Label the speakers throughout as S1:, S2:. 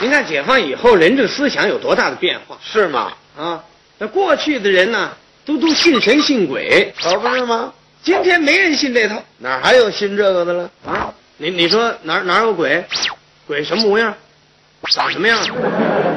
S1: 您看解放以后，人这个思想有多大的变化
S2: 是吗？
S1: 啊？那过去的人呢，都都信神信鬼，
S2: 可不是吗？
S1: 今天没人信这套
S2: 哪还有信这个的了？
S1: 啊！你你说哪哪有鬼？鬼什么模样？长什么样？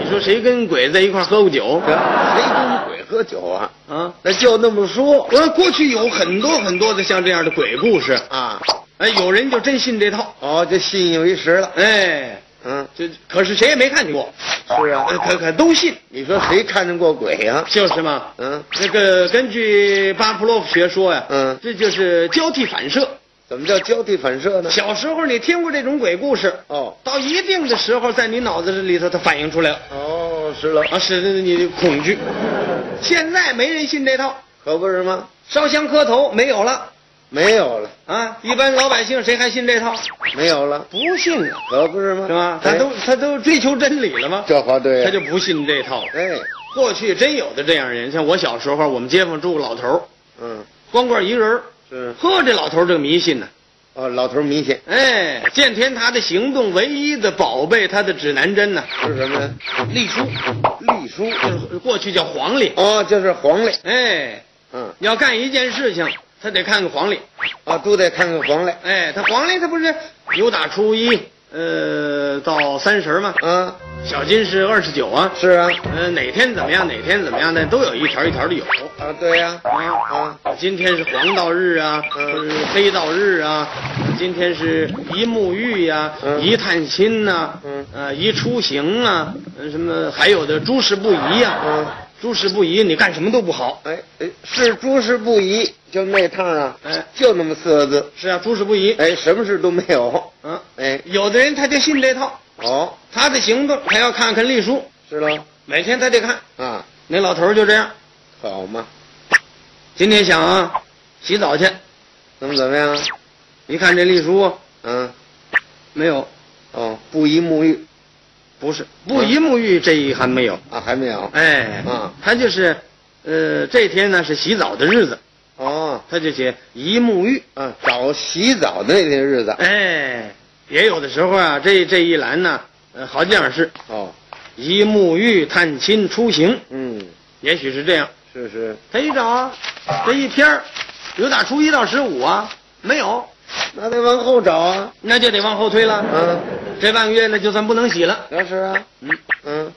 S1: 你说谁跟鬼在一块儿喝过酒
S2: 这谁跟鬼喝酒啊？
S1: 啊？
S2: 那就那么说
S1: 我说过去有很多很多的像这样的鬼故事，
S2: 啊。
S1: 哎，有人就真信这套，
S2: 哦，就信以为实了。
S1: 哎，
S2: 嗯，
S1: 这可是谁也没看见过，
S2: 是啊。
S1: 呃可可都信，
S2: 你说谁看见过鬼呀、
S1: 就是嘛。
S2: 嗯，
S1: 那个根据巴甫洛夫学说呀，
S2: 嗯
S1: 这就是交替反射。
S2: 怎么叫交替反射呢？
S1: 小时候你听过这种鬼故事，
S2: 哦
S1: 到一定的时候，在你脑子里头它反映出来了，
S2: 哦，是了，
S1: 啊，使得你恐惧。现在没人信这套，
S2: 可不是吗？
S1: 烧香磕头没有了
S2: 没有了，
S1: 啊，一般老百姓谁还信这套？
S2: 没有了，
S1: 不信了，
S2: 可不是吗？
S1: 是吧？
S2: 哎
S1: 他都他都追求真理了吗？
S2: 这话对呀、
S1: 他就不信这套了。
S2: 哎，
S1: 过去真有的这样人，像我小时候，我们街坊住个老头儿，
S2: 嗯，
S1: 光棍一人儿，
S2: 是
S1: 呵，这老头儿这个迷信呢、
S2: 哦，老头迷信
S1: 哎，见天他的行动唯一的宝贝，他的指南针呢、
S2: 是什么呀？
S1: 隶书，
S2: 隶书
S1: 就是过去叫黄历。
S2: 哦，就是黄历，
S1: 哎，
S2: 嗯，
S1: 要干一件事情，他得看看黄历。
S2: 啊，都得看看黄历，
S1: 哎，他黄历他不是有打初一，呃，到三十吗？
S2: 啊，
S1: 小金是二十九啊。
S2: 是啊，
S1: 呃，哪天怎么样？哪天怎么样的都有一条一条的有。
S2: 啊，对呀、
S1: 啊
S2: 啊，
S1: 今天是黄道日啊，
S2: 嗯
S1: 或者是黑道日啊，今天是一沐浴呀、
S2: 嗯
S1: 一探亲呐、
S2: 嗯
S1: 呃，一出行啊，呃什么还有的诸事不宜呀、
S2: 嗯
S1: 诸事不宜，你干什么都不好。
S2: 哎哎，是诸事不宜，就那趟啊，
S1: 哎
S2: 就那么四个字，
S1: 是啊，诸事不宜。
S2: 哎，什么事都没有，
S1: 嗯、
S2: 哎，
S1: 有的人他就信这套，
S2: 哦，
S1: 他的行动他要看看历书，
S2: 是了，
S1: 每天他得看。
S2: 啊，
S1: 那老头儿就这样，
S2: 好嘛，
S1: 今天想啊，洗澡去，
S2: 那么怎么样啊？
S1: 一看这历书
S2: 嗯，
S1: 没有，
S2: 哦，不宜沐浴
S1: 不是不一沐浴这一还没有。
S2: 啊，还没有，
S1: 哎，
S2: 嗯
S1: 他就是，呃，这天呢是洗澡的日子，
S2: 哦，
S1: 他就写一沐浴。
S2: 啊，找洗澡的那天日子，
S1: 哎，也有的时候啊，这这一栏呢，呃，好像是
S2: 哦，
S1: 一沐浴、探亲、出行，
S2: 嗯，
S1: 也许是这样。
S2: 是是，
S1: 他一找啊，这一篇儿有打初一到十五啊，没有，
S2: 那得往后找啊，
S1: 那就得往后推了。
S2: 嗯，
S1: 这半个月呢，就算不能洗了，
S2: 那是啊，
S1: 嗯，
S2: 嗯，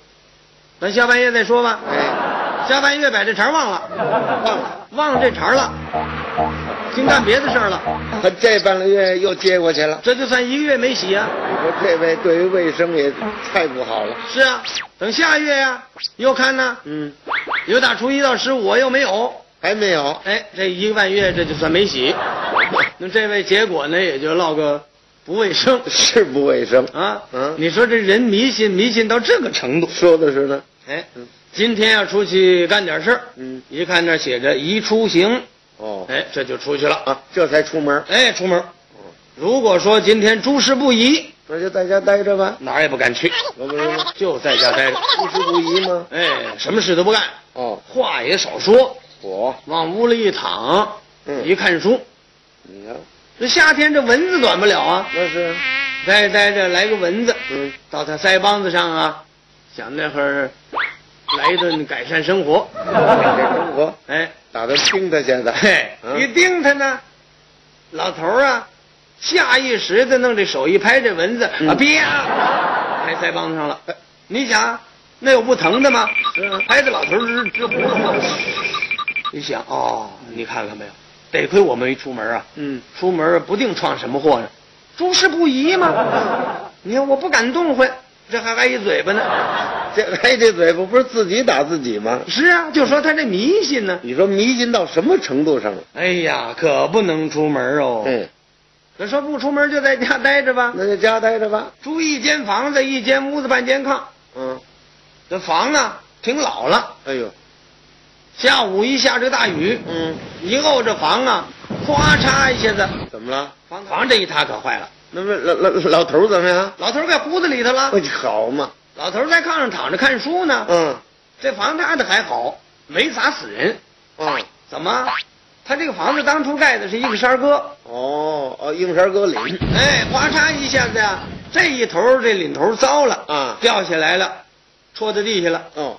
S1: 咱下半月再说吧。
S2: 哎，
S1: 下半月把这茬儿忘了，
S2: 忘了，
S1: 忘了这茬儿了，净干别的事儿了。
S2: 他这半个月又接过去了，
S1: 这就算一个月没洗啊。
S2: 你说这位对于卫生也太不好了，
S1: 是啊，等下月呀、又看呢，
S2: 嗯，
S1: 有打初一到十五又没有，
S2: 还没有，
S1: 哎，这一个半月这就算没洗。那这位结果呢，也就落个不卫生
S2: 是不卫生，
S1: 啊。
S2: 嗯
S1: 你说这人迷信，迷信到这个程度。
S2: 说的是呢，
S1: 哎
S2: 嗯，
S1: 今天要出去干点事儿，
S2: 嗯，
S1: 一看那写着宜出行，
S2: 哦，
S1: 哎，这就出去了。
S2: 啊，这才出门，
S1: 哎，出门。如果说今天诸事不宜，
S2: 那就在家待着吧，
S1: 哪儿也不敢去，
S2: 可不是吗？
S1: 就在家待着。
S2: 不是不宜吗？
S1: 哎，什么事都不干，
S2: 哦，
S1: 话也少说，
S2: 我，
S1: 往屋里一躺，
S2: 嗯
S1: 一看书。
S2: 你看，
S1: 这夏天这蚊子短不了啊，
S2: 那是，
S1: 待着待着来个蚊子，
S2: 嗯，
S1: 到他腮帮子上啊，想那会儿来一顿改善生活。
S2: 这生活
S1: 哎，
S2: 打算听他现在，
S1: 嘿，一
S2: 嗯，
S1: 盯他呢，老头儿啊，下意识的弄这手一拍这蚊子
S2: 嗯
S1: 啊，啪、拍腮帮子上了。你想，那有不疼的吗？
S2: 是啊
S1: 拍的老头儿直直呼噜。一想哦，你看看没有，得亏我没出门啊。
S2: 嗯，
S1: 出门不定闯什么祸呢，诸事不宜嘛。你看我不敢动换，这还挨一嘴巴呢。
S2: 这哎，这嘴巴不是自己打自己吗？
S1: 是啊，就说他这迷信呢。
S2: 你说迷信到什么程度上了？
S1: 哎呀，可不能出门哦。
S2: 嗯，
S1: 那说不出门就在家待着吧，
S2: 那就家待着吧。
S1: 租一间房子，一间屋子，半间炕。
S2: 嗯，
S1: 这房呢挺老了，
S2: 哎呦，
S1: 下午一下这大雨，
S2: 嗯，
S1: 一沤这房啊，哗嚓一下子，
S2: 怎么了？
S1: 房房这一塌可坏了，
S2: 那么老老老头儿怎么样？
S1: 老头儿在屋子里头了
S2: 哎，，好嘛，
S1: 老头儿在炕上躺着看书呢。
S2: 嗯，
S1: 这房搭的还好，没砸死人。
S2: 嗯，
S1: 怎么？他这个房子当初盖的是一个山哥，
S2: 哦哦，硬山哥领，
S1: 哎，哗嚓一下子呀、这一头儿这领头儿糟了
S2: 啊
S1: 掉下来了，戳到地下了。
S2: 哦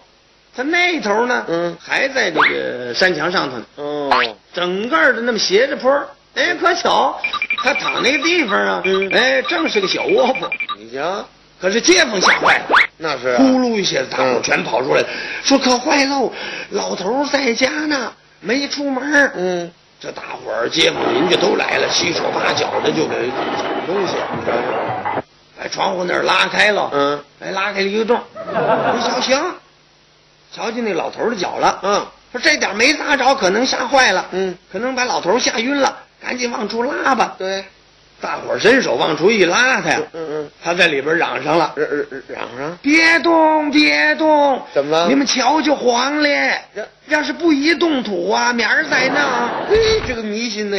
S1: 他那头呢，
S2: 嗯
S1: 还在这个山墙上头呢，
S2: 哦，
S1: 整个儿的那么斜着坡儿。哎，可巧，他躺那个地方啊，
S2: 嗯
S1: 哎，正是个小窝棚。
S2: 你瞧，
S1: 可是街坊吓坏了，
S2: 那是啊
S1: 呼噜一下子，大伙
S2: 嗯
S1: 全跑出来了，说可坏喽，老头儿在家呢，没出门儿。
S2: 嗯，
S1: 这大伙儿街坊邻居都来了，七手八脚的就给抢东西，
S2: 你瞧瞧，
S1: 把窗户那儿拉开了，
S2: 嗯，
S1: 哎，拉开了一个洞，你瞧行，瞧见那老头儿的脚了，
S2: 嗯，
S1: 说这点没砸着，可能吓坏了，
S2: 嗯，
S1: 可能把老头儿吓晕了，赶紧往出拉吧。
S2: 对，
S1: 大伙儿伸手往出一拉他呀，
S2: 嗯嗯嗯
S1: 他在里边嚷上了，
S2: 嚷嚷嚷上，
S1: 别动，别动！
S2: 怎么了
S1: 你们瞧就黄了
S2: 这。
S1: 要是不移动土啊，明儿再弄。
S2: 哎嘿，这个迷信呢，